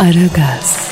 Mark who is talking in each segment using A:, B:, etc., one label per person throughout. A: Aragaz,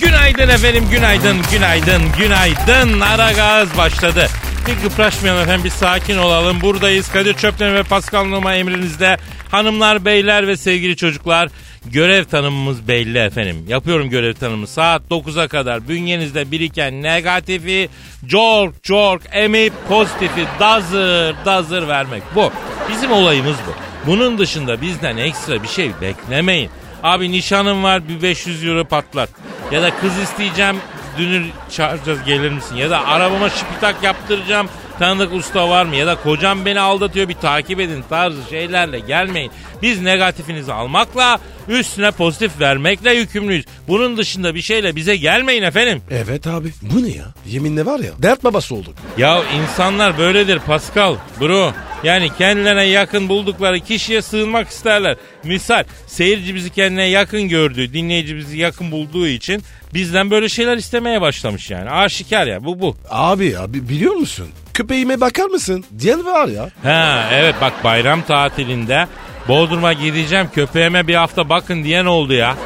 B: Günaydın efendim, günaydın, günaydın, günaydın. Ara gaz başladı. Bir kıpraşmayalım efendim, bir sakin olalım. Buradayız Kadir Çöpten ve Pascal Numa emrinizde. Hanımlar, beyler ve sevgili çocuklar. Görev tanımımız belli efendim. Yapıyorum görev tanımı. Saat 9'a kadar bünyenizde biriken negatifi cork cork emip pozitifi dazır dazır vermek. Bu. Bizim olayımız bu. Bunun dışında bizden ekstra bir şey beklemeyin. Abi nişanım var bir 500 euro patlat. Ya da kız isteyeceğim dünür çağıracağız gelir misin? Ya da arabama şipitak yaptıracağım tanıdık usta var mı? Ya da kocam beni aldatıyor bir takip edin tarzı şeylerle gelmeyin. Biz negatifinizi almakla üstüne pozitif vermekle yükümlüyüz. Bunun dışında bir şeyle bize gelmeyin efendim.
C: Evet abi. Bu ne ya? Yeminle var ya. Dert babası olduk.
B: Ya insanlar böyledir Pascal, bro. Yani kendilerine yakın buldukları kişiye sığınmak isterler. Misal seyirci bizi kendine yakın gördüğü, dinleyici bizi yakın bulduğu için bizden böyle şeyler istemeye başlamış yani. Aşikar ya bu bu.
C: Abi ya bi- biliyor musun? Köpeğime bakar mısın? Diyen var ya.
B: Ha evet bak bayram tatilinde Bodrum'a gideceğim köpeğime bir hafta bakın diyen oldu ya.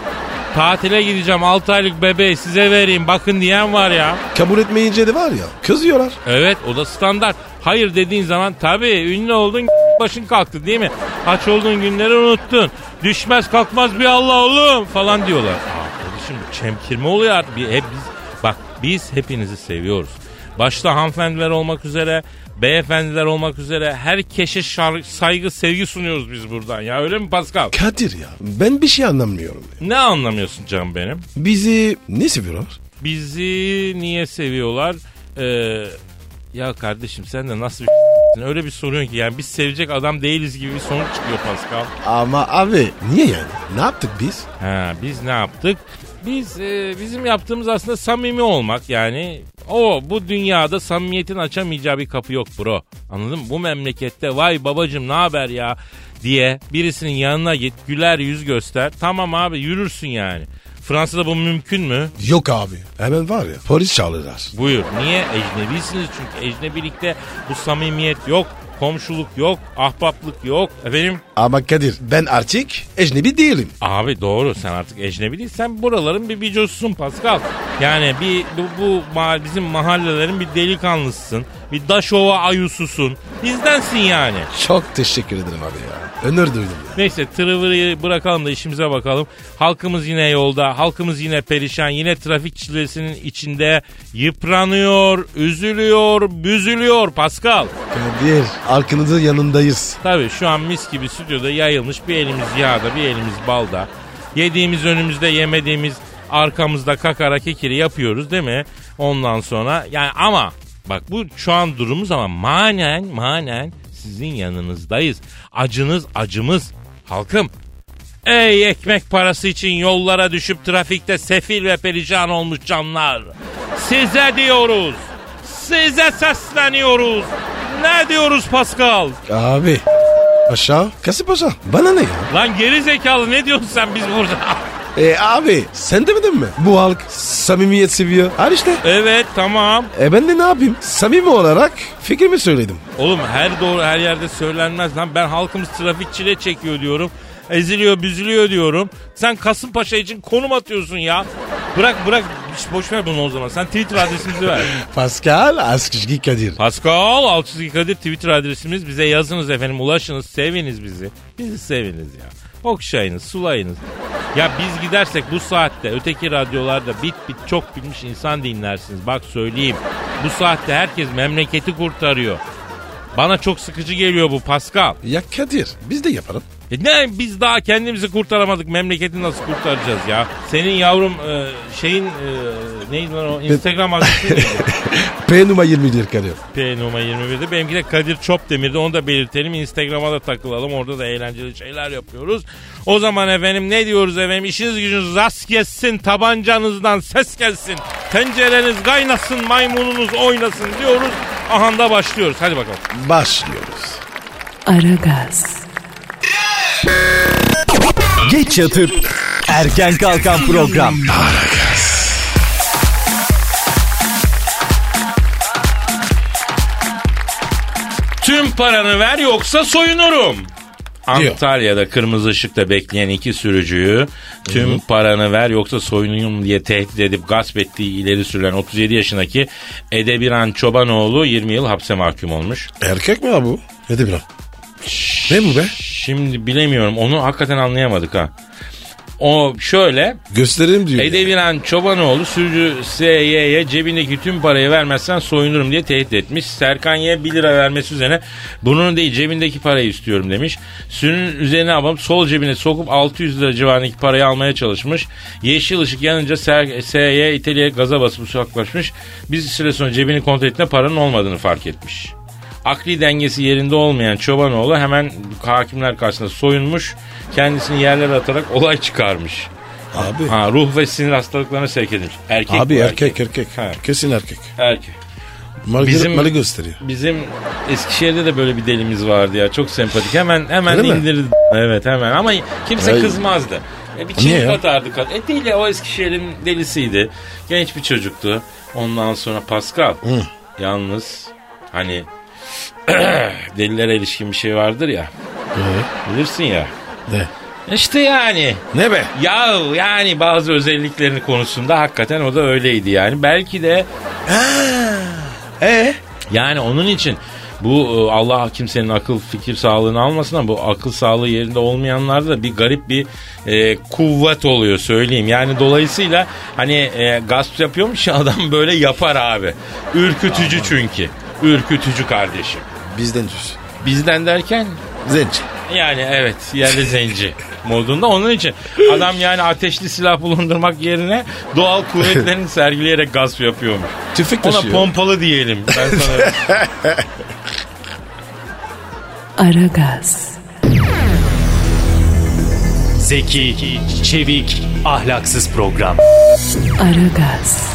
B: Tatile gideceğim 6 aylık bebeği size vereyim bakın diyen var ya.
C: Kabul etmeyince de var ya. Kızıyorlar.
B: Evet o da standart. Hayır dediğin zaman tabii ünlü oldun başın kalktı değil mi? Aç olduğun günleri unuttun. Düşmez kalkmaz bir Allah oğlum falan diyorlar. Aa, kardeşim bu çemkirme oluyor artık. Bir, hep biz, bak biz hepinizi seviyoruz. Başta hanımefendiler olmak üzere, beyefendiler olmak üzere herkese şar- saygı, sevgi sunuyoruz biz buradan. Ya öyle mi Pascal?
C: Kadir ya. Ben bir şey anlamıyorum. ya.
B: Ne anlamıyorsun canım benim?
C: Bizi ne seviyorlar?
B: Bizi niye seviyorlar? Ee, ya kardeşim sen de nasıl bir öyle bir soruyorsun ki yani biz sevecek adam değiliz gibi bir sonuç çıkıyor Pascal.
C: Ama abi. Niye yani? Ne yaptık biz?
B: Ha, biz ne yaptık? Biz e, bizim yaptığımız aslında samimi olmak yani o bu dünyada samimiyetin açamayacağı bir kapı yok bro. Anladın mı? Bu memlekette vay babacım ne haber ya diye birisinin yanına git güler yüz göster. Tamam abi yürürsün yani. Fransa'da bu mümkün mü?
C: Yok abi. Hemen var ya. Polis çağırırlar.
B: Buyur. Niye? Ecnebisiniz çünkü. Ecnebilikte bu samimiyet yok. Komşuluk yok. Ahbaplık yok. Efendim?
C: Ama Kadir ben artık ecnebi değilim.
B: Abi doğru sen artık ecnebi değil. Sen buraların bir bicosusun Pascal. Yani bir bu, bu ma- bizim mahallelerin bir delikanlısısın. Bir daşova ayususun. Bizdensin yani.
C: Çok teşekkür ederim abi ya. Önür duydum ya.
B: Neyse tırıvırı bırakalım da işimize bakalım. Halkımız yine yolda, halkımız yine perişan, yine trafik çilesinin içinde yıpranıyor, üzülüyor, büzülüyor Pascal.
C: Kadir arkanızın yanındayız.
B: Tabii şu an mis gibi stüdyoda yayılmış bir elimiz yağda bir elimiz balda. Yediğimiz önümüzde yemediğimiz arkamızda kakara kekiri yapıyoruz değil mi? Ondan sonra yani ama bak bu şu an durumumuz ama manen manen sizin yanınızdayız. Acınız acımız halkım. Ey ekmek parası için yollara düşüp trafikte sefil ve perişan olmuş canlar. Size diyoruz. Size sesleniyoruz. Ne diyoruz Pascal?
C: Abi aşağı Kasımpaşa bana ne ya?
B: Lan geri zekalı ne diyorsun sen biz burada?
C: E abi sen demedin mi? Bu halk samimiyet seviyor. Her işte.
B: evet tamam.
C: E ben de ne yapayım? Samimi olarak fikrimi söyledim.
B: Oğlum her doğru her yerde söylenmez lan. Ben halkımız trafik çile çekiyor diyorum. Eziliyor büzülüyor diyorum. Sen Kasımpaşa için konum atıyorsun ya. Bırak bırak hiç boş ver bunu o zaman. Sen Twitter adresimizi ver.
C: Pascal Askışgi Kadir.
B: Pascal Alçızı Kadir Twitter adresimiz. Bize yazınız efendim ulaşınız seviniz bizi. Bizi seviniz ya. Okşayınız sulayınız. Ya biz gidersek bu saatte öteki radyolarda bit bit çok bilmiş insan dinlersiniz. Bak söyleyeyim. Bu saatte herkes memleketi kurtarıyor. Bana çok sıkıcı geliyor bu Pascal.
C: Ya Kadir biz de yapalım.
B: E ne biz daha kendimizi kurtaramadık memleketi nasıl kurtaracağız ya? Senin yavrum e, şeyin e, neydi lan o Instagram adresi neydi?
C: P numara 21 Kadir.
B: P numara 21'de. Benimki de Kadir Çopdemir'de. Onu da belirtelim. Instagram'a da takılalım. Orada da eğlenceli şeyler yapıyoruz. O zaman efendim ne diyoruz efendim? İşiniz gücünüz rast gelsin. Tabancanızdan ses gelsin. Tencereniz kaynasın. Maymununuz oynasın diyoruz. Ahanda başlıyoruz. Hadi bakalım.
C: Başlıyoruz.
A: Aragaz,
D: Geç yatıp erken kalkan program.
B: Tüm paranı ver yoksa soyunurum.
C: Diyor.
B: Antalya'da kırmızı ışıkta bekleyen iki sürücüyü tüm paranı ver yoksa soyunurum diye tehdit edip gasp ettiği ileri sürülen 37 yaşındaki Edebiran Çobanoğlu 20 yıl hapse mahkum olmuş.
C: Erkek mi lan bu? Ne de bileyim. Ne bu be?
B: Şimdi bilemiyorum onu hakikaten anlayamadık ha. O şöyle
C: Gösterelim diyor.
B: Edeviren Çobanoğlu sürücü SY'ye cebindeki tüm parayı vermezsen soyunurum diye tehdit etmiş. Serkan Y 1 lira vermesi üzerine bunun değil cebindeki parayı istiyorum demiş. Sürünün üzerine alıp sol cebine sokup 600 lira civarındaki parayı almaya çalışmış. Yeşil ışık yanınca Ser- SY iteleyerek gaza basıp uzaklaşmış. Bir süre sonra cebini kontrol ettiğinde paranın olmadığını fark etmiş. Akli dengesi yerinde olmayan Çobanoğlu hemen hakimler karşısında soyunmuş. Kendisini yerlere atarak olay çıkarmış.
C: Abi.
B: Ha, ruh ve sinir hastalıklarına sevk edilmiş. Erkek
C: Abi
B: bu,
C: erkek erkek.
B: Ha.
C: Kesin erkek.
B: Erkek.
C: Malı,
B: Bizim-
C: malı gösteriyor.
B: Bizim Eskişehir'de de böyle bir delimiz vardı ya. Çok sempatik. Hemen hemen
C: Öyle mi?
B: indirdi. Evet hemen ama kimse
C: Ay.
B: kızmazdı. E, bir
C: Niye
B: çift
C: ya?
B: atardı. kat- E değil ya o Eskişehir'in delisiydi. Genç bir çocuktu. Ondan sonra Pascal. Yalnız hani delilere ilişkin bir şey vardır ya.
C: Ee?
B: Bilirsin ya.
C: Ne?
B: İşte yani.
C: Ne be?
B: Ya yani bazı özelliklerini konusunda hakikaten o da öyleydi yani. Belki de
C: Ee?
B: yani onun için bu e, Allah kimsenin akıl fikir sağlığını almasın ama bu akıl sağlığı yerinde olmayanlarda da bir garip bir e, kuvvet oluyor söyleyeyim. Yani dolayısıyla hani e, gasp yapıyormuş ya adam böyle yapar abi. Ürkütücü çünkü. Ürkütücü kardeşim.
C: Bizden düz.
B: Bizden derken
C: Zenci.
B: yani evet yerli zenci modunda. Onun için adam yani ateşli silah bulundurmak yerine doğal kuvvetlerini sergileyerek gasp yapıyormuş.
C: Tüfek
B: Ona
C: taşıyor.
B: pompalı diyelim. Ben sana
A: Aragaz,
D: Zeki, çevik, ahlaksız program.
A: Aragaz,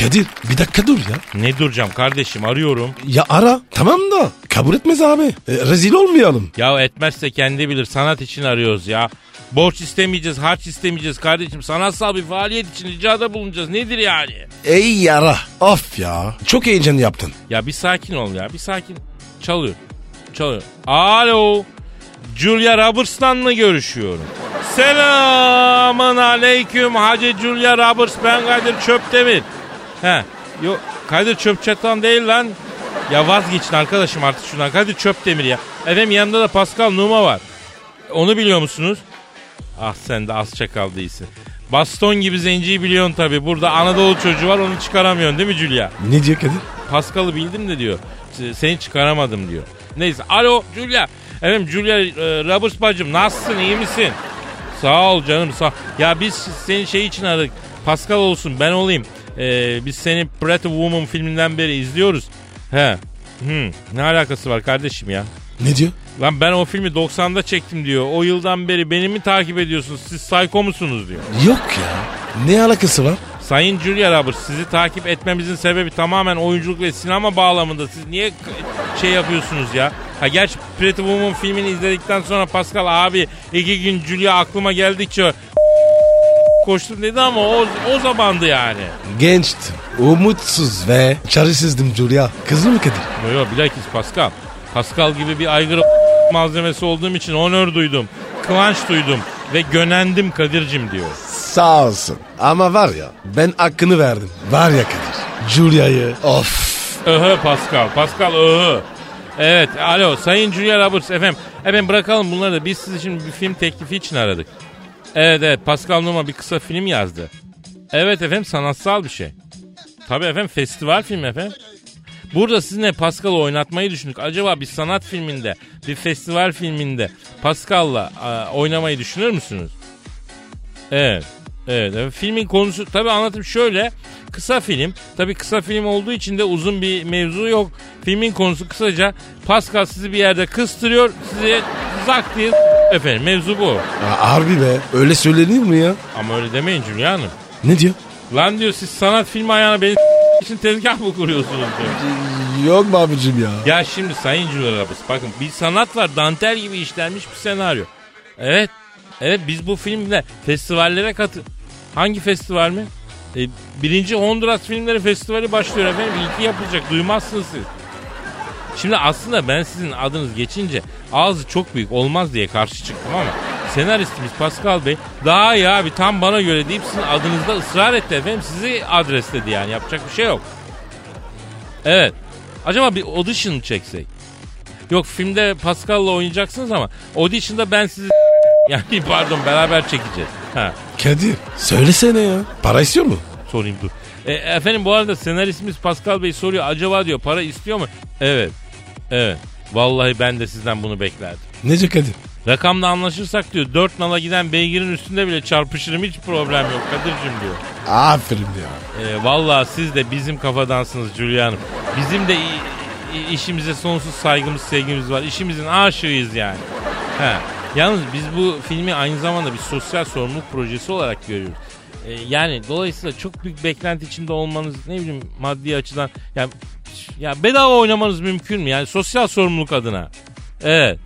C: Kadir bir dakika dur ya.
B: ne duracağım kardeşim arıyorum.
C: Ya ara. Tamam da kabul etmez abi. E, rezil olmayalım.
B: Ya etmezse kendi bilir sanat için arıyoruz ya. Borç istemeyeceğiz, harç istemeyeceğiz kardeşim. Sanatsal bir faaliyet için ricada bulunacağız. Nedir yani?
C: Ey yara. Of ya. Çok heyecan yaptın.
B: Ya bir sakin ol ya bir sakin. Çalıyor. Çalıyor. Alo. Julia Roberts'la mı görüşüyorum? Selamın aleyküm Hacı Julia Roberts ben Kadir Çöptemir. He. Yok Kadir Çöpçatan değil lan. Ya vazgeçin arkadaşım artık şundan. Kadir Çöptemir ya. Efendim yanında da Pascal Numa var. Onu biliyor musunuz? Ah sen de az çakal değilsin. Baston gibi zenciyi biliyorsun tabi. Burada Anadolu çocuğu var onu çıkaramıyorsun değil mi Julia?
C: Ne diyor Kadir?
B: Pascal'ı bildim de diyor. Se- Seni çıkaramadım diyor. Neyse. Alo Julia. Efendim Julia e, Roberts bacım nasılsın iyi misin? Sağ ol canım sağ Ya biz seni şey için aradık. Pascal olsun ben olayım. E, biz seni Pretty Woman filminden beri izliyoruz. He. Hmm, ne alakası var kardeşim ya?
C: Ne diyor?
B: Lan ben o filmi 90'da çektim diyor. O yıldan beri beni mi takip ediyorsunuz? Siz sayko musunuz diyor.
C: Yok ya. Ne alakası var?
B: Sayın Julia Roberts sizi takip etmemizin sebebi tamamen oyunculuk ve sinema bağlamında. Siz niye k- şey yapıyorsunuz ya? Ha gerçi Pretty Woman filmini izledikten sonra Pascal abi iki gün Julia aklıma geldikçe koştum dedi ama o, o zamandı yani.
C: Gençtim. Umutsuz ve çaresizdim Julia. Kızdı mı Kadir?
B: Yok yok bilakis Pascal. Pascal gibi bir aygır malzemesi olduğum için onör duydum. Kıvanç duydum ve gönendim Kadir'cim diyor.
C: Sağ olsun. Ama var ya ben hakkını verdim. Var ya Kadir. Julia'yı. Of.
B: Öhö Pascal. Pascal öhö. Evet alo Sayın Julia Roberts efendim. Efendim bırakalım bunları da biz sizi şimdi bir film teklifi için aradık. Evet evet Pascal Numa bir kısa film yazdı. Evet efendim sanatsal bir şey. Tabii efendim festival filmi efendim. Burada sizinle Pascal'ı oynatmayı düşündük. Acaba bir sanat filminde, bir festival filminde Pascal'la e, oynamayı düşünür müsünüz? Evet. Evet, evet. filmin konusu tabi anlatım şöyle kısa film tabi kısa film olduğu için de uzun bir mevzu yok filmin konusu kısaca Pascal sizi bir yerde kıstırıyor size zak diye efendim mevzu bu
C: Aa, harbi be. Öyle söylenir mi ya?
B: ama öyle demeyin Hülya Hanım
C: Ne diyor?
B: lan diyor siz sanat filmi ayağına beni için tezgah mı kuruyorsunuz diyor.
C: Yok be abicim ya.
B: Ya şimdi Sayın Cülerabız bakın bir sanat var dantel gibi işlenmiş bir senaryo. Evet. Evet biz bu filmle festivallere katı... Hangi festival mi? E, birinci Honduras Filmleri Festivali başlıyor efendim. İlki yapılacak duymazsınız siz. Şimdi aslında ben sizin adınız geçince ağzı çok büyük olmaz diye karşı çıktım ama senaristimiz Pascal Bey daha iyi abi tam bana göre deyip sizin adınızda ısrar etti efendim sizi adresledi yani yapacak bir şey yok. Evet. Acaba bir audition çeksek? Yok filmde Pascal'la oynayacaksınız ama audition'da ben sizi yani pardon beraber çekeceğiz. Ha
C: Kadir söylesene ya. Para istiyor mu?
B: sorayım dur. E, efendim bu arada senaristimiz Pascal Bey soruyor acaba diyor para istiyor mu? Evet. Evet. Vallahi ben de sizden bunu beklerdim.
C: Ne diyor Kadir?
B: Rakamda anlaşırsak diyor 4 nala giden beygirin üstünde bile çarpışırım hiç problem yok Kadir'cim diyor.
C: Aferin ya.
B: E, vallahi siz de bizim kafadansınız Julia Hanım. Bizim de i- i- işimize sonsuz saygımız, sevgimiz var. İşimizin aşığıyız yani. He. Yalnız biz bu filmi aynı zamanda bir sosyal sorumluluk projesi olarak görüyoruz. E, yani dolayısıyla çok büyük beklenti içinde olmanız ne bileyim maddi açıdan ya ya bedava oynamanız mümkün mü? Yani sosyal sorumluluk adına. Evet.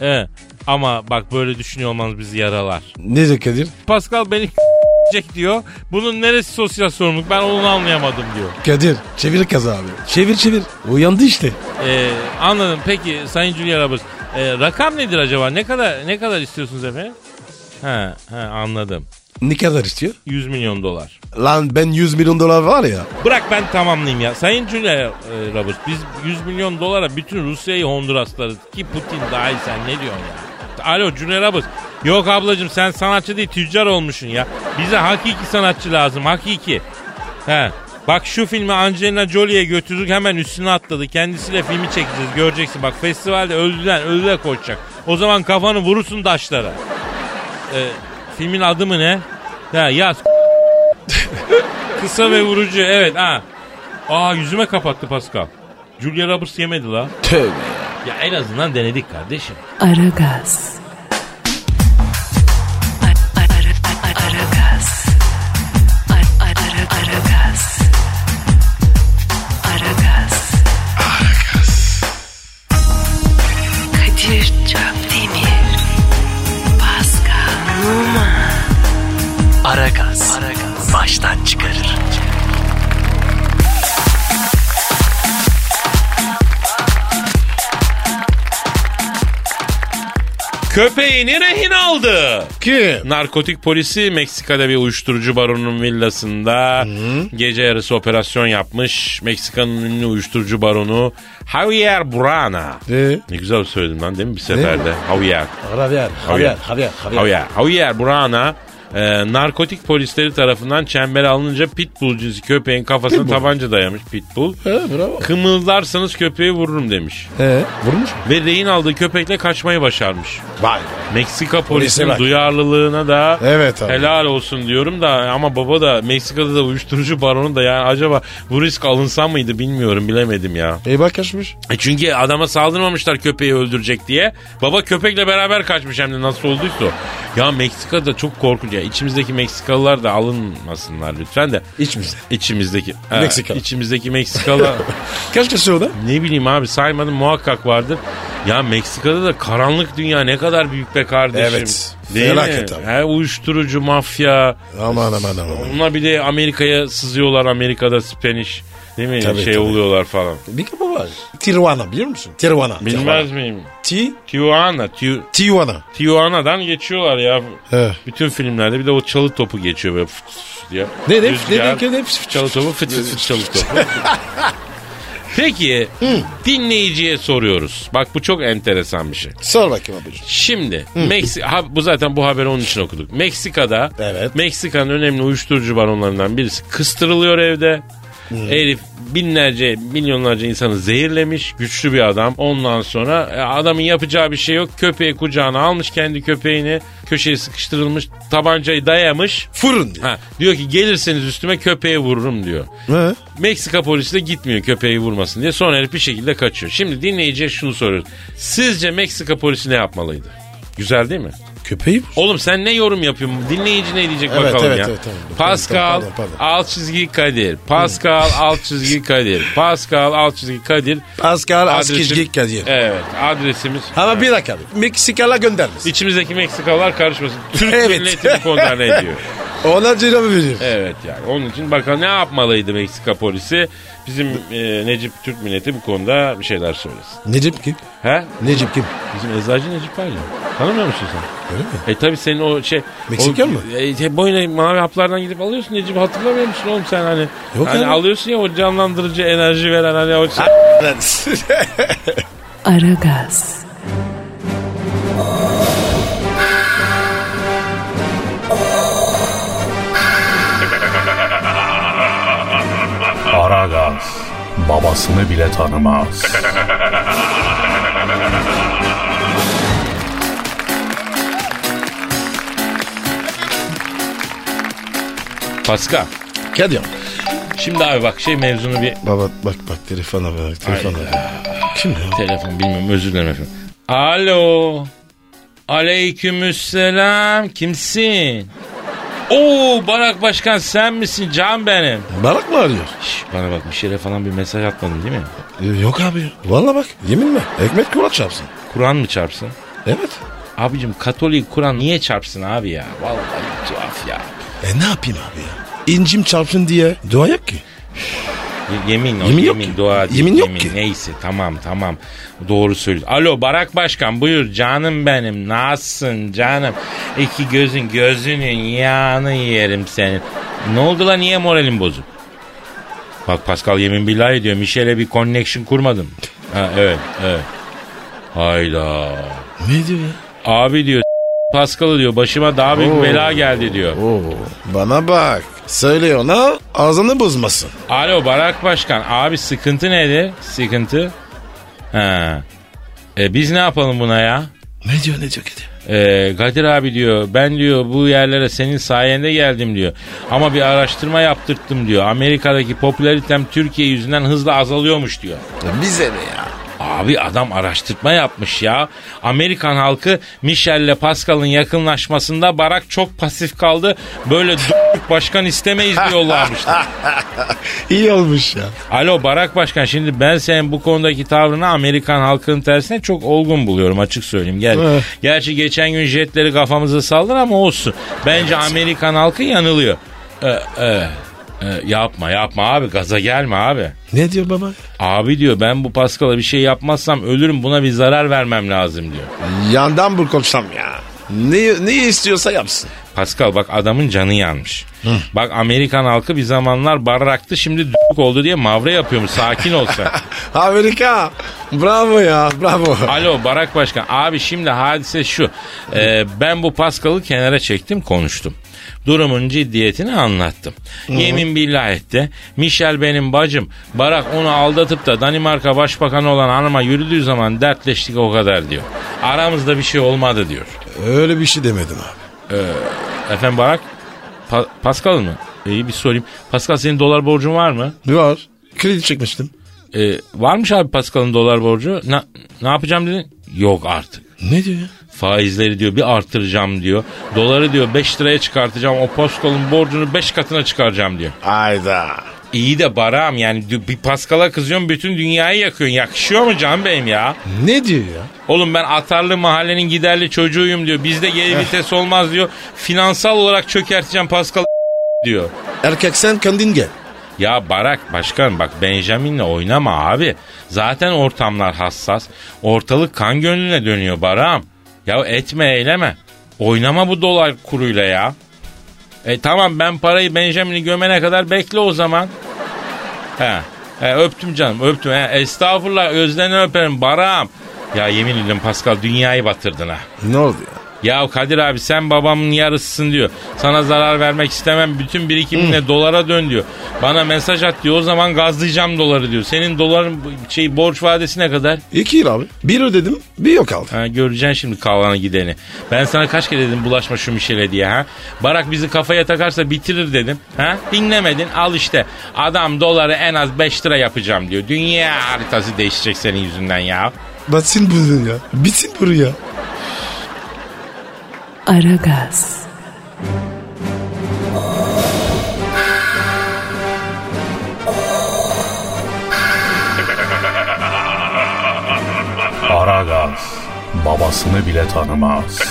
B: Evet. Ama bak böyle düşünüyor olmanız bizi yaralar.
C: Ne diyor Kadir?
B: Pascal beni diyor. Bunun neresi sosyal sorumluluk? Ben onu anlayamadım diyor.
C: Kadir çevir kaz abi. Çevir çevir. Uyandı işte.
B: Ee, anladım. Peki Sayın Julia Roberts. ee, rakam nedir acaba? Ne kadar ne kadar istiyorsunuz efendim? He, he anladım.
C: Ne kadar istiyor?
B: 100 milyon dolar.
C: Lan ben 100 milyon dolar var ya.
B: Bırak ben tamamlayayım ya. Sayın Julia e, Roberts biz 100 milyon dolara bütün Rusya'yı Hondurasları ki Putin dahil sen ne diyorsun ya? Alo Julia Roberts. Yok ablacığım sen sanatçı değil tüccar olmuşsun ya. Bize hakiki sanatçı lazım hakiki. He. Bak şu filmi Angelina Jolie'ye götürdük hemen üstüne atladı. Kendisiyle filmi çekeceğiz göreceksin. Bak festivalde öldüler öldüler koşacak. O zaman kafanı vurursun taşlara. E, filmin adı mı ne? Ya yaz Kısa ve vurucu evet ha. Aa yüzüme kapattı Pascal. Julia Roberts yemedi la.
C: Tövbe.
B: Ya en azından denedik kardeşim.
A: Aragaz. Aragaz. Aragaz. Aragaz. Aragaz. Kadir Çapdemir. Pascal Numa.
E: Aragaz. Baştan çıkarır.
B: Köpeğini rehin aldı.
C: Kim?
B: Narkotik polisi Meksika'da bir uyuşturucu baronunun villasında gece yarısı operasyon yapmış. Meksika'nın ünlü uyuşturucu baronu Javier Burana.
C: Ee?
B: Ne güzel söyledim lan değil mi bir seferde? Javier.
C: Javier.
B: Javier, Javier. Javier Burana e, narkotik polisleri tarafından çembere alınınca pitbull cinsi köpeğin kafasına tabanca dayamış pitbull.
C: bravo.
B: Kımıldarsanız köpeği vururum demiş.
C: Ee, vurmuş mu?
B: Ve rehin aldığı köpekle kaçmayı başarmış.
C: Vay.
B: Meksika
C: bak.
B: polisinin duyarlılığına da
C: Evet abi.
B: helal olsun diyorum da ama baba da Meksika'da da uyuşturucu baronu da yani acaba bu risk alınsa mıydı bilmiyorum bilemedim ya.
C: İyi bak kaçmış.
B: E çünkü adama saldırmamışlar köpeği öldürecek diye. Baba köpekle beraber kaçmış hem de nasıl olduysa o. Ya Meksika'da çok korkunç ya. İçimizdeki Meksikalılar da alınmasınlar lütfen de.
C: İçmişti.
B: İçimizdeki.
C: Meksika.
B: İçimizdeki Meksikalılar.
C: Kaç kişi orada?
B: ne bileyim abi saymadım muhakkak vardır. Ya Meksika'da da karanlık dünya ne kadar büyük be kardeşim.
C: Evet.
B: Değil
C: Felaket
B: mi?
C: abi.
B: He, uyuşturucu, mafya.
C: Aman aman aman.
B: Onlar bir de Amerika'ya sızıyorlar. Amerika'da Spanish. Değil mi?
C: Tabii,
B: şey
C: tabii.
B: oluyorlar falan.
C: Bir kapı var. Tijuana biliyor musun? Tijuana.
B: Bilmez miyim?
C: Ti
B: Tijuana. Tijuana.
C: Tijuana.
B: Tijuana'dan geçiyorlar ya.
C: He.
B: Bütün filmlerde bir de o çalı topu geçiyor böyle fıt fıt diye.
C: Ne ne
B: Rüzgar,
C: ne ne ne ne-
B: Çalı topu fıt fıt fıt çalı topu. Peki dinleyiciye soruyoruz. Bak bu çok enteresan bir şey.
C: Sor bakayım abicim.
B: Şimdi Meksika ha, bu zaten bu haberi onun için okuduk. Meksika'da
C: Evet.
B: Meksika'nın önemli uyuşturucu baronlarından birisi kıstırılıyor evde. Herif binlerce, milyonlarca insanı zehirlemiş. Güçlü bir adam. Ondan sonra e, adamın yapacağı bir şey yok. Köpeği kucağına almış kendi köpeğini. Köşeye sıkıştırılmış. Tabancayı dayamış.
C: Fırın diyor.
B: Ha, diyor ki gelirseniz üstüme köpeği vururum diyor.
C: He.
B: Meksika polisi de gitmiyor köpeği vurmasın diye. Sonra herif bir şekilde kaçıyor. Şimdi dinleyiciye şunu soruyoruz. Sizce Meksika polisi ne yapmalıydı? Güzel değil mi?
C: Köpeği mi?
B: Oğlum sen ne yorum yapıyorsun? Dinleyici ne diyecek
C: Evet,
B: bakalım
C: evet,
B: ya.
C: evet, tamam.
B: Pascal
C: Pardon, pardon,
B: alt çizgi Kadir. Pascal alt çizgi Kadir. Pascal alt çizgi Kadir.
C: Hmm. Pascal
B: Adresim-
C: Askizgi Kadir.
B: Evet adresimiz.
C: Ama bir dakika. Meksikalı göndermiş.
B: İçimizdeki Meksikalılar karışmasın. Türk
C: Evet.
B: milleti bu konuda ne diyor?
C: Ona cila mı veriyor?
B: Evet yani onun için bakalım ne yapmalıydı Meksika polisi? Bizim e, Necip Türk milleti bu konuda bir şeyler söylesin.
C: Necip kim?
B: He?
C: Necip kim?
B: Bizim eczacı Necip var ya. Tanımıyor musun sen?
C: Öyle mi?
B: E tabi senin o şey...
C: Meksikan
B: o-
C: mı?
B: E, e, boyuna mavi haplardan gidip alıyorsun Necip hatırlamıyor musun oğlum sen hani?
C: Yok
B: hani
C: abi.
B: alıyorsun ya o canlandırıcı enerji veren hani o...
A: Aragaz,
F: Aragaz babasını bile tanımaz.
B: Paska.
C: Kadir.
B: Şimdi abi bak şey mevzunu bir...
C: Baba bak bak telefona bak telefona bak. Kim ya?
B: Telefon bilmiyorum özür dilerim efendim. Alo. Aleykümselam. Kimsin? Oo Barak Başkan sen misin can benim?
C: Barak mı arıyor?
B: Şş, bana bak bir şere falan bir mesaj atmadın değil mi?
C: Ee, Yok abi. Valla bak yemin mi? Ekmek kulaç çarpsın.
B: Kur'an mı çarpsın?
C: Evet.
B: Abicim Katolik Kur'an niye çarpsın abi ya? Vallahi tuhaf ya.
C: E ne yapayım abi ya? İncim çarpsın diye dua yap ki.
B: Y- Yemin, o,
C: Yemin
B: yemin,
C: yok ki.
B: dua değil,
C: Yemin yok ki.
B: Neyse tamam tamam doğru söylüyorsun. Alo Barak Başkan buyur canım benim nasılsın canım? İki gözün gözünün yağını yerim senin. Ne oldu lan niye moralin bozuk? Bak Pascal yemin billahi ediyor Mişel'e bir connection kurmadım. Ha, evet evet. Hayda.
C: Ne diyor ya?
B: Abi diyor Pascal'ı diyor başıma daha büyük bela geldi diyor.
C: Oo. Bana bak. Söyle ona ağzını bozmasın.
B: Alo Barak Başkan. Abi sıkıntı nedir? Sıkıntı? Ha. E, biz ne yapalım buna ya?
C: Ne diyor ne diyor Kadir?
B: E, Kadir abi diyor ben diyor bu yerlere senin sayende geldim diyor. Ama bir araştırma yaptırttım diyor. Amerika'daki popülaritem Türkiye yüzünden hızla azalıyormuş diyor.
C: Ya bize ne ya?
B: Abi adam araştırma yapmış ya. Amerikan halkı Michelle'le Pascal'ın yakınlaşmasında Barak çok pasif kaldı. Böyle d- başkan istemeyiz diyorlarmış.
C: İyi olmuş ya.
B: Alo Barak Başkan şimdi ben senin bu konudaki tavrını Amerikan halkının tersine çok olgun buluyorum açık söyleyeyim. Gel.
C: Evet.
B: Gerçi geçen gün jetleri kafamıza saldır ama olsun. Bence Amerikan halkı yanılıyor. Ee, e, e, yapma yapma abi gaza gelme abi.
C: Ne diyor baba?
B: Abi diyor ben bu Paskal'a bir şey yapmazsam ölürüm buna bir zarar vermem lazım diyor.
C: Yandan bul konuşsam ya. Ne, ne istiyorsa yapsın.
B: Pascal bak adamın canı yanmış. Bak Amerikan halkı bir zamanlar barraktı şimdi d**k oldu diye mavra yapıyormuş sakin olsa.
C: Amerika. Bravo ya bravo.
B: Alo Barak Başkan. Abi şimdi hadise şu. Ee, ben bu Paskal'ı kenara çektim konuştum. Durumun ciddiyetini anlattım. Yemin billah etti. Michel benim bacım. Barak onu aldatıp da Danimarka Başbakanı olan hanıma yürüdüğü zaman dertleştik o kadar diyor. Aramızda bir şey olmadı diyor.
C: Öyle bir şey demedim abi.
B: Efendim Barak? Pa- Pascal mı? İyi bir sorayım. Pascal senin dolar borcun var mı?
C: Var. Kredi çekmiştim.
B: Ee, varmış abi Pascal'ın dolar borcu. Na- ne yapacağım dedin? Yok artık.
C: Ne diyor ya?
B: Faizleri diyor bir artıracağım diyor. Doları diyor 5 liraya çıkartacağım. O Pascal'ın borcunu 5 katına çıkaracağım diyor.
C: Ayda.
B: İyi de Baram yani dü- bir Pascal'a kızıyorsun bütün dünyayı yakıyorsun. Yakışıyor mu Can Bey'im ya?
C: Ne diyor ya?
B: Oğlum ben atarlı mahallenin giderli çocuğuyum diyor. Bizde geri vites olmaz diyor. Finansal olarak çökerteceğim Pascal diyor.
C: Erkek sen kendin gel.
B: Ya Barak başkan bak Benjamin'le oynama abi. Zaten ortamlar hassas. Ortalık kan gönlüne dönüyor Barak'ım. Ya etme eyleme. Oynama bu dolar kuruyla ya. E tamam ben parayı Benjamin'i gömene kadar bekle o zaman. He. He, öptüm canım öptüm. He, estağfurullah özlerini öperim Barak'ım. Ya yemin ederim Pascal dünyayı batırdın ha.
C: Ne oldu ya?
B: Ya Kadir abi sen babamın yarısısın diyor. Sana zarar vermek istemem. Bütün birikiminle dolara dön diyor. Bana mesaj at diyor. O zaman gazlayacağım doları diyor. Senin doların şey borç vadesi ne kadar?
C: İki yıl abi. Bir ödedim bir yok aldım.
B: Ha, göreceksin şimdi kavlanı gideni. Ben sana kaç kere dedim bulaşma şu Mişel'e diye ha. Barak bizi kafaya takarsa bitirir dedim. Ha? Dinlemedin al işte. Adam doları en az 5 lira yapacağım diyor. Dünya haritası değişecek senin yüzünden ya.
C: Batsın bunu ya. Bitsin bunu ya.
A: Aragaz,
F: Aragaz babasını bile tanımaz.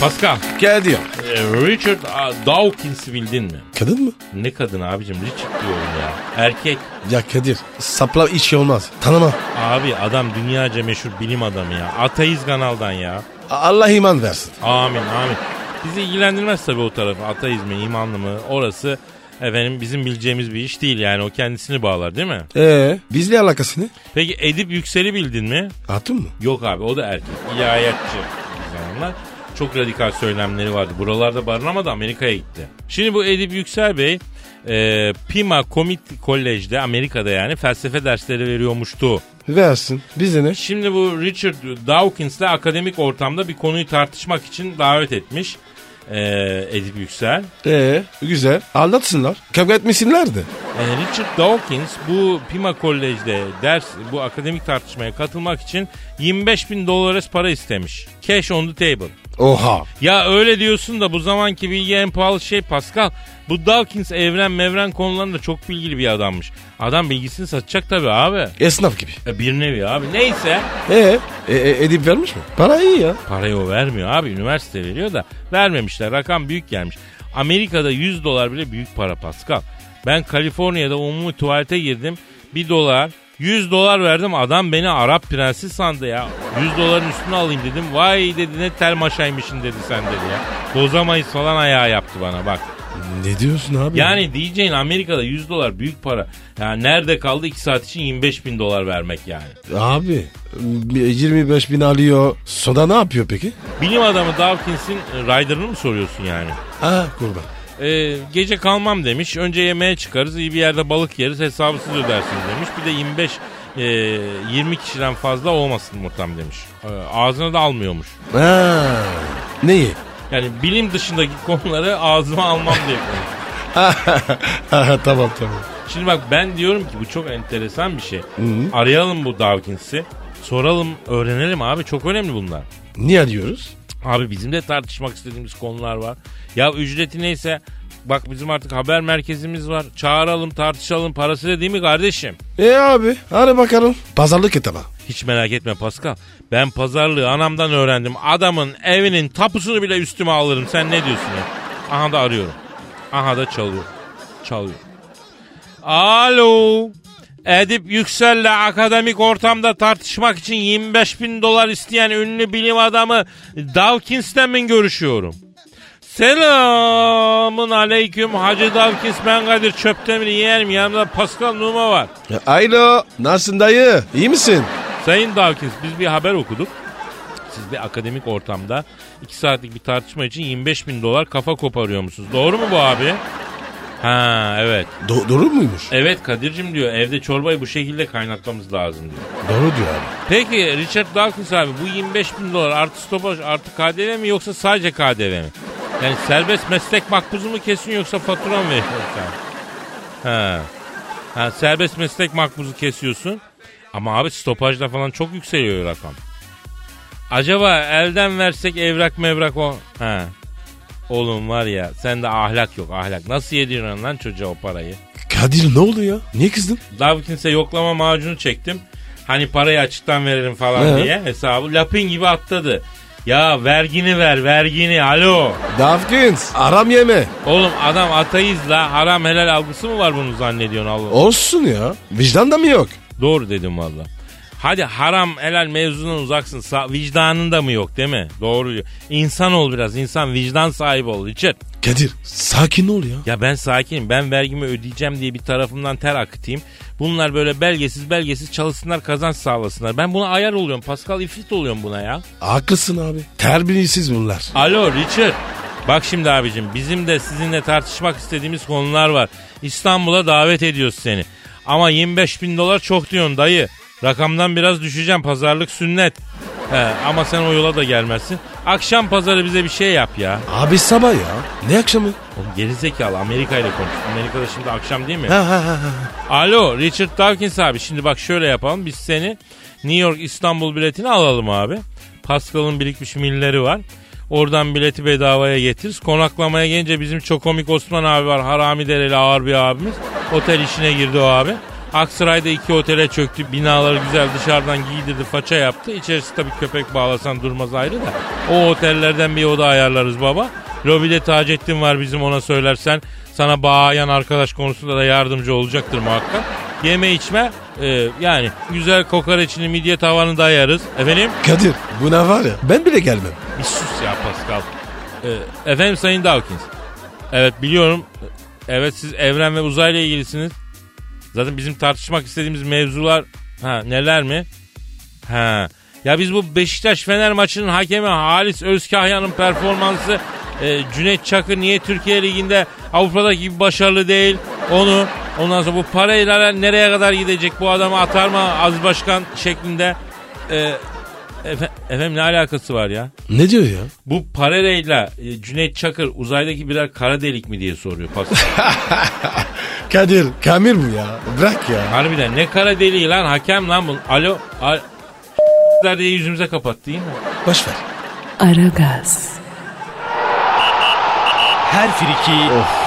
B: Pascal,
C: Gel diyor.
B: e, Richard a, Dawkins'i bildin mi?
C: Kadın mı?
B: Ne kadın abicim Richard diyorum ya. Erkek.
C: Ya Kadir sapla iş şey olmaz. Tanımam.
B: Abi adam dünyaca meşhur bilim adamı ya. Ateiz kanaldan ya.
C: A- Allah iman versin.
B: Amin amin. Bizi ilgilendirmez tabii o tarafı. Ateizm mi, imanlı mı orası efendim bizim bileceğimiz bir iş değil yani. O kendisini bağlar değil mi?
C: Ee, bizle alakası ne?
B: Peki Edip Yüksel'i bildin mi?
C: Hatun mu?
B: Yok abi o da erkek. İlahiyatçı bir zamanlar. Çok radikal söylemleri vardı. Buralarda barınamadı Amerika'ya gitti. Şimdi bu Edip Yüksel Bey e, Pima Community College'de Amerika'da yani felsefe dersleri veriyormuştu.
C: Versin. Bize ne?
B: Şimdi bu Richard Dawkins'le akademik ortamda bir konuyu tartışmak için davet etmiş e, Edip Yüksel.
C: Ee, güzel. Anlatsınlar. Kavga etmesinler de.
B: E, Richard Dawkins bu Pima College'de ders bu akademik tartışmaya katılmak için 25 bin dolar para istemiş. Cash on the table.
C: Oha.
B: Ya öyle diyorsun da bu zamanki bilgi en pahalı şey Pascal. Bu Dawkins evren mevren konularında çok bilgili bir adammış. Adam bilgisini satacak tabii abi.
C: Esnaf gibi.
B: E, bir nevi abi. Neyse.
C: Ee, e- e- Edip vermiş mi? Para iyi ya.
B: Parayı o vermiyor abi. Üniversite veriyor da vermemişler. Rakam büyük gelmiş. Amerika'da 100 dolar bile büyük para Pascal. Ben Kaliforniya'da umumi tuvalete girdim. 1 dolar 100 dolar verdim adam beni Arap prensi sandı ya. 100 doların üstüne alayım dedim. Vay dedi ne tel maşaymışsın dedi sen dedi ya. Bozamayız falan ayağı yaptı bana bak.
C: Ne diyorsun abi?
B: Yani diyeceğin Amerika'da 100 dolar büyük para. Ya nerede kaldı 2 saat için 25 bin dolar vermek yani.
C: Abi bir 25 bin alıyor. Soda ne yapıyor peki?
B: Bilim adamı Dawkins'in e, rider'ını mı soruyorsun yani?
C: Ha kurban.
B: Ee, gece kalmam demiş. Önce yemeğe çıkarız. iyi bir yerde balık yeriz. Hesabı siz ödersiniz demiş. Bir de 25 e, 20 kişiden fazla olmasın ortam demiş. Ee, ağzına da almıyormuş.
C: Ha. Neyi?
B: Yani bilim dışındaki konuları ağzıma almam diye konuşuyor.
C: tamam tamam.
B: Şimdi bak ben diyorum ki bu çok enteresan bir şey. Arayalım bu Dawkins'i. Soralım, öğrenelim abi. Çok önemli bunlar.
C: Niye arıyoruz?
B: Abi bizim de tartışmak istediğimiz konular var. Ya ücreti neyse bak bizim artık haber merkezimiz var. Çağıralım, tartışalım. Parası da değil mi kardeşim?
C: E abi ara bakalım. Pazarlık et ama.
B: Hiç merak etme Pascal. Ben pazarlığı anamdan öğrendim. Adamın evinin tapusunu bile üstüme alırım. Sen ne diyorsun ya? Aha da arıyorum. Aha da çalıyor. Çalıyor. Alo. Edip Yüksel'le akademik ortamda tartışmak için 25 bin dolar isteyen ünlü bilim adamı Dawkins'ten mi görüşüyorum? Selamın aleyküm Hacı Dawkins ben Kadir Çöptemir yeğenim yanımda Pascal Numa var.
C: Alo. Nasılsın dayı? İyi misin?
B: Sayın Dawkins biz bir haber okuduk. Siz bir akademik ortamda 2 saatlik bir tartışma için 25 bin dolar kafa koparıyor musunuz? Doğru mu bu abi? Ha evet.
C: Do- doğru muymuş?
B: Evet Kadir'cim diyor evde çorbayı bu şekilde kaynatmamız lazım diyor.
C: Doğru diyor abi.
B: Peki Richard Dawkins abi bu 25 bin dolar artı stopaj artı KDV mi yoksa sadece KDV mi? Yani serbest meslek makbuzu mu kesin yoksa fatura mı veriyorsun sen? Ha. ha. serbest meslek makbuzu kesiyorsun. Ama abi stopajda falan çok yükseliyor rakam. Acaba elden versek evrak mevrak o... Ha. Oğlum var ya sende ahlak yok ahlak. Nasıl yediriyorsun lan çocuğa o parayı?
C: Kadir ne oldu ya? Niye kızdın?
B: Dawkins'e yoklama macunu çektim. Hani parayı açıktan verelim falan
C: Ee?
B: diye hesabı. Lapin gibi atladı. Ya vergini ver vergini alo.
C: Dafkins. Aram yeme.
B: Oğlum adam ateist la haram helal algısı mı var bunu zannediyorsun Allah?
C: Olsun ya. Vicdan da mı yok?
B: Doğru dedim valla. Hadi haram helal mevzundan uzaksın. Sa- vicdanın da mı yok değil mi? Doğru diyor. İnsan ol biraz insan vicdan sahibi ol Richard.
C: Kadir sakin ol ya.
B: Ya ben sakinim ben vergimi ödeyeceğim diye bir tarafımdan ter akıtayım. Bunlar böyle belgesiz belgesiz çalışsınlar kazanç sağlasınlar. Ben buna ayar oluyorum Pascal ifrit oluyorum buna ya.
C: Haklısın abi. Terbiyesiz bunlar.
B: Alo Richard. Bak şimdi abicim bizim de sizinle tartışmak istediğimiz konular var. İstanbul'a davet ediyoruz seni. Ama 25 bin dolar çok diyorsun dayı. Rakamdan biraz düşeceğim pazarlık sünnet. He, ama sen o yola da gelmezsin. Akşam pazarı bize bir şey yap ya.
C: Abi sabah ya. Ne akşamı?
B: Oğlum gerizekalı Amerika ile konuş. Amerika'da şimdi akşam değil mi?
C: Ha ha ha. ha.
B: Alo Richard Dawkins abi şimdi bak şöyle yapalım biz seni New York İstanbul biletini alalım abi. Pascal'ın birikmiş milleri var. Oradan bileti bedavaya getiririz. Konaklamaya gelince bizim çok komik Osman abi var. Harami Dereli ağır bir abimiz. Otel işine girdi o abi. Aksaray'da iki otele çöktü. Binaları güzel dışarıdan giydirdi, faça yaptı. İçerisi tabii köpek bağlasan durmaz ayrı da. O otellerden bir oda ayarlarız baba. Lobide Taceddin var bizim ona söylersen. Sana bağayan arkadaş konusunda da yardımcı olacaktır muhakkak. Yeme içme e, yani güzel kokoreçini midye tavanı da ayarız. Efendim?
C: Kadir buna var ya ben bile gelmem.
B: Bir sus ya Pascal. Ee, efendim Sayın Dawkins. Evet biliyorum. Evet siz evren ve uzayla ilgilisiniz. Zaten bizim tartışmak istediğimiz mevzular ha neler mi? Ha. Ya biz bu Beşiktaş Fener maçının hakemi Halis Özkahya'nın performansı e, Cüneyt Çakır niye Türkiye Ligi'nde Avrupa'daki gibi başarılı değil? Onu ondan sonra bu parayla nereye kadar gidecek bu adamı atar mı az başkan şeklinde? E, efe- efendim ne alakası var ya?
C: Ne diyor ya?
B: Bu Parera'yla e, Cüneyt Çakır uzaydaki birer kara delik mi diye soruyor Pascal.
C: Kadir Kamil bu ya. Bırak ya.
B: Harbiden ne kara deliği lan hakem lan bu. Alo. Al diye yüzümüze kapattı değil mi?
C: Boş ver.
A: Aragaz,
D: Her friki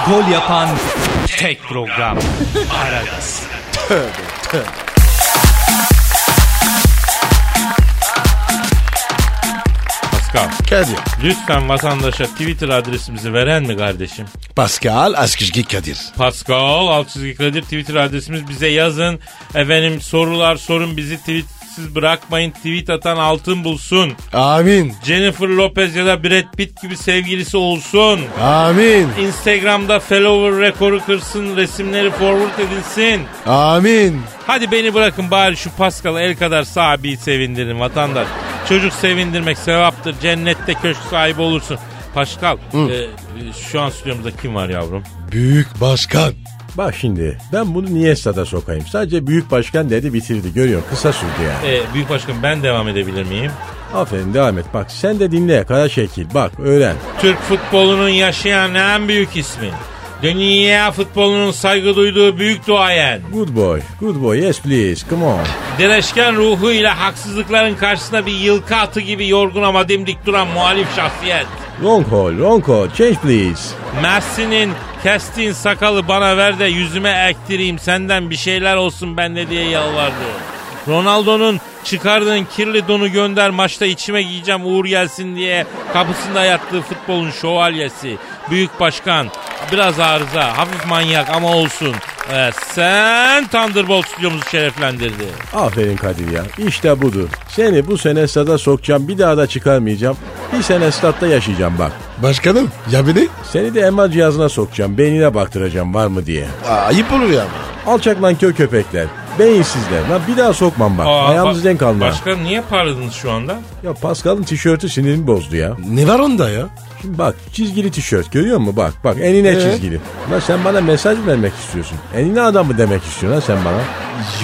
D: gol yapan
B: Tek program. Pascal
C: Kadir.
B: lütfen vatandaşa Twitter adresimizi veren mi kardeşim?
C: Pascal Askışgi Kadir.
B: Pascal alt çizgi Kadir Twitter adresimiz bize yazın. Efendim sorular sorun bizi tweetsiz bırakmayın. Tweet atan altın bulsun.
C: Amin.
B: Jennifer Lopez ya da Brad Pitt gibi sevgilisi olsun.
C: Amin.
B: Instagram'da follower rekoru kırsın, resimleri forward edilsin.
C: Amin.
B: Hadi beni bırakın bari şu Pascal'ı el kadar sahibi sevindirin vatandaş. Çocuk sevindirmek sevaptır. Cennette köşk sahibi olursun. Pascal, e, e, şu an stüdyomuzda kim var yavrum?
C: Büyük başkan.
G: Bak şimdi ben bunu niye stada sokayım? Sadece büyük başkan dedi bitirdi. Görüyorsun kısa sürdü yani.
B: E, büyük başkanım ben devam edebilir miyim?
G: Aferin devam et. Bak sen de dinle kara şekil. Bak öğren.
B: Türk futbolunun yaşayan en büyük ismi. Dünya futbolunun saygı duyduğu büyük duayen.
G: Good boy. Good boy. Yes please. Come on.
B: Direşken ruhuyla haksızlıkların karşısında bir yılkı atı gibi yorgun ama dimdik duran muhalif şahsiyet.
G: Long haul. Long haul. Change please.
B: Mersin'in kestiğin sakalı bana ver de yüzüme ektireyim senden bir şeyler olsun bende diye yalvardı. Ronaldo'nun çıkardığın kirli donu gönder maçta içime giyeceğim uğur gelsin diye kapısında yattığı futbolun şövalyesi. Büyük başkan biraz arıza hafif manyak ama olsun. Ee, sen Thunderbolt stüdyomuzu şereflendirdi.
G: Aferin Kadir ya. İşte budur. Seni bu sene stada sokacağım. Bir daha da çıkarmayacağım. Bir sene statta yaşayacağım bak.
C: Başkanım ya beni
G: Seni de MR cihazına sokacağım. Beynine baktıracağım var mı diye.
C: ayıp olur ya.
G: Alçak lan köy köpekler. Beyinsizler. Lan bir daha sokmam bak.
B: Aa,
G: Ayağımız
B: ba-
G: denk alma.
B: Başkan niye parladınız şu anda?
G: Ya Pascal'ın tişörtü sinirimi bozdu ya.
C: Ne var onda ya?
G: Şimdi bak çizgili tişört görüyor musun? Bak bak enine
C: Ee?
G: çizgili. Lan sen bana mesaj vermek istiyorsun. Enine adamı demek istiyorsun lan sen bana.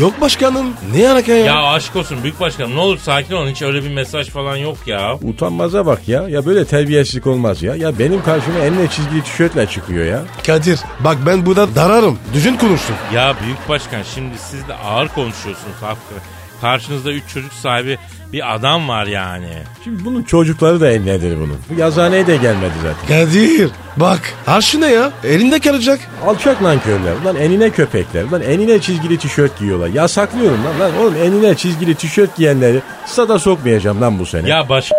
C: Yok başkanım. Ne alaka ya?
B: Ya aşk olsun büyük başkan ne olur sakin olun hiç öyle bir mesaj falan yok ya.
G: Utanmaza bak ya. Ya böyle terbiyesizlik olmaz ya. Ya benim karşıma enine çizgili tişörtle çıkıyor ya.
C: Kadir bak ben burada dararım. Düzgün konuştun.
B: Ya büyük başkan şimdi siz de ağır konuşuyorsunuz hakikaten. Karşınızda üç çocuk sahibi bir adam var yani.
G: Şimdi bunun çocukları da enlinedir bunun. Bu yazhaneye de gelmedi zaten.
C: Kadir bak. Arşına ya. Elinde kalacak.
G: Alçak lan körler. Ulan enine köpekler. Ulan enine çizgili tişört giyiyorlar. Ya saklıyorum lan. Lan oğlum enine çizgili tişört giyenleri sada sokmayacağım lan bu sene.
B: Ya baş...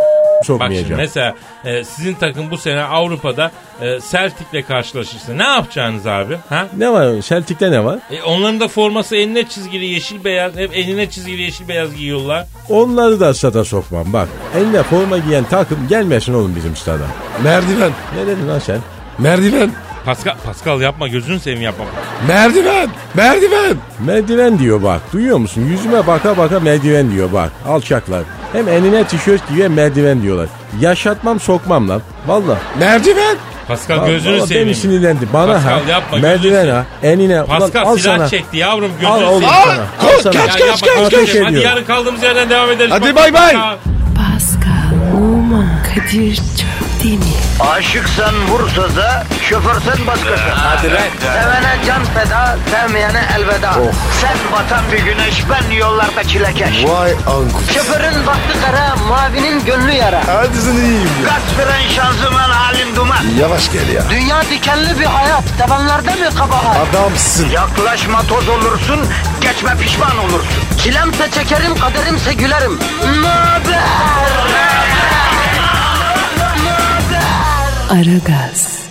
B: Bak şimdi
G: sokmayacağım.
B: mesela e, sizin takım bu sene Avrupa'da e, Celtic'le karşılaşırsa ne yapacaksınız abi? Ha?
G: Ne var? Celtic'te ne var?
B: E, onların da forması eline çizgili yeşil beyaz. Hep eline çizgili yeşil beyaz giyiyorlar.
G: Onları da stada sokmam bak. Eline forma giyen takım gelmesin oğlum bizim stada.
C: Merdiven.
G: Ne dedin lan sen?
C: Merdiven.
B: Pascal, Pascal yapma gözünü seveyim yapma.
C: Merdiven. Merdiven.
G: Merdiven diyor bak. Duyuyor musun? Yüzüme baka baka merdiven diyor bak. Alçaklar. Hem enine tişört giyiyor hem merdiven diyorlar. Yaşatmam sokmam lan. Valla.
C: Merdiven.
B: Pascal gözünü seveyim.
G: Beni sinirlendi. Bana
B: Pascal,
G: ha.
B: yapma,
G: merdiven
B: gözünü
G: ha. Enine.
B: Pascal
G: ulan, al
B: silah
G: sana.
B: çekti yavrum gözünü
G: Al oğlum
B: seveyim.
G: sana. Al
C: Koş,
G: sana.
C: kaç,
B: Ya
C: kaç,
B: yapma,
C: kaç,
B: kardeşim,
G: kaç.
B: Hadi yarın kaldığımız yerden devam ederiz.
C: Hadi
B: Bak-
C: bay bay.
A: Pascal, Oman, Kadir çok değil mi?
H: Aşıksan vursa da, şoförsen başkasın. Hadi
B: lan.
H: Sevene can feda, sevmeyene elveda. Sen batan bir güneş, ben yollarda çilekeş.
C: Vay anku.
H: Şoförün baktı kara, mavinin gönlü yara.
C: Hadi sen iyiyim ya.
H: Kasperen şanzıman halin duman.
C: Yavaş gel ya.
H: Dünya dikenli bir hayat, sevenlerde mi kabahar?
C: Adamsın.
H: Yaklaşma toz olursun, geçme pişman olursun. Çilemse çekerim, kaderimse gülerim. Möber!
A: Aragaz.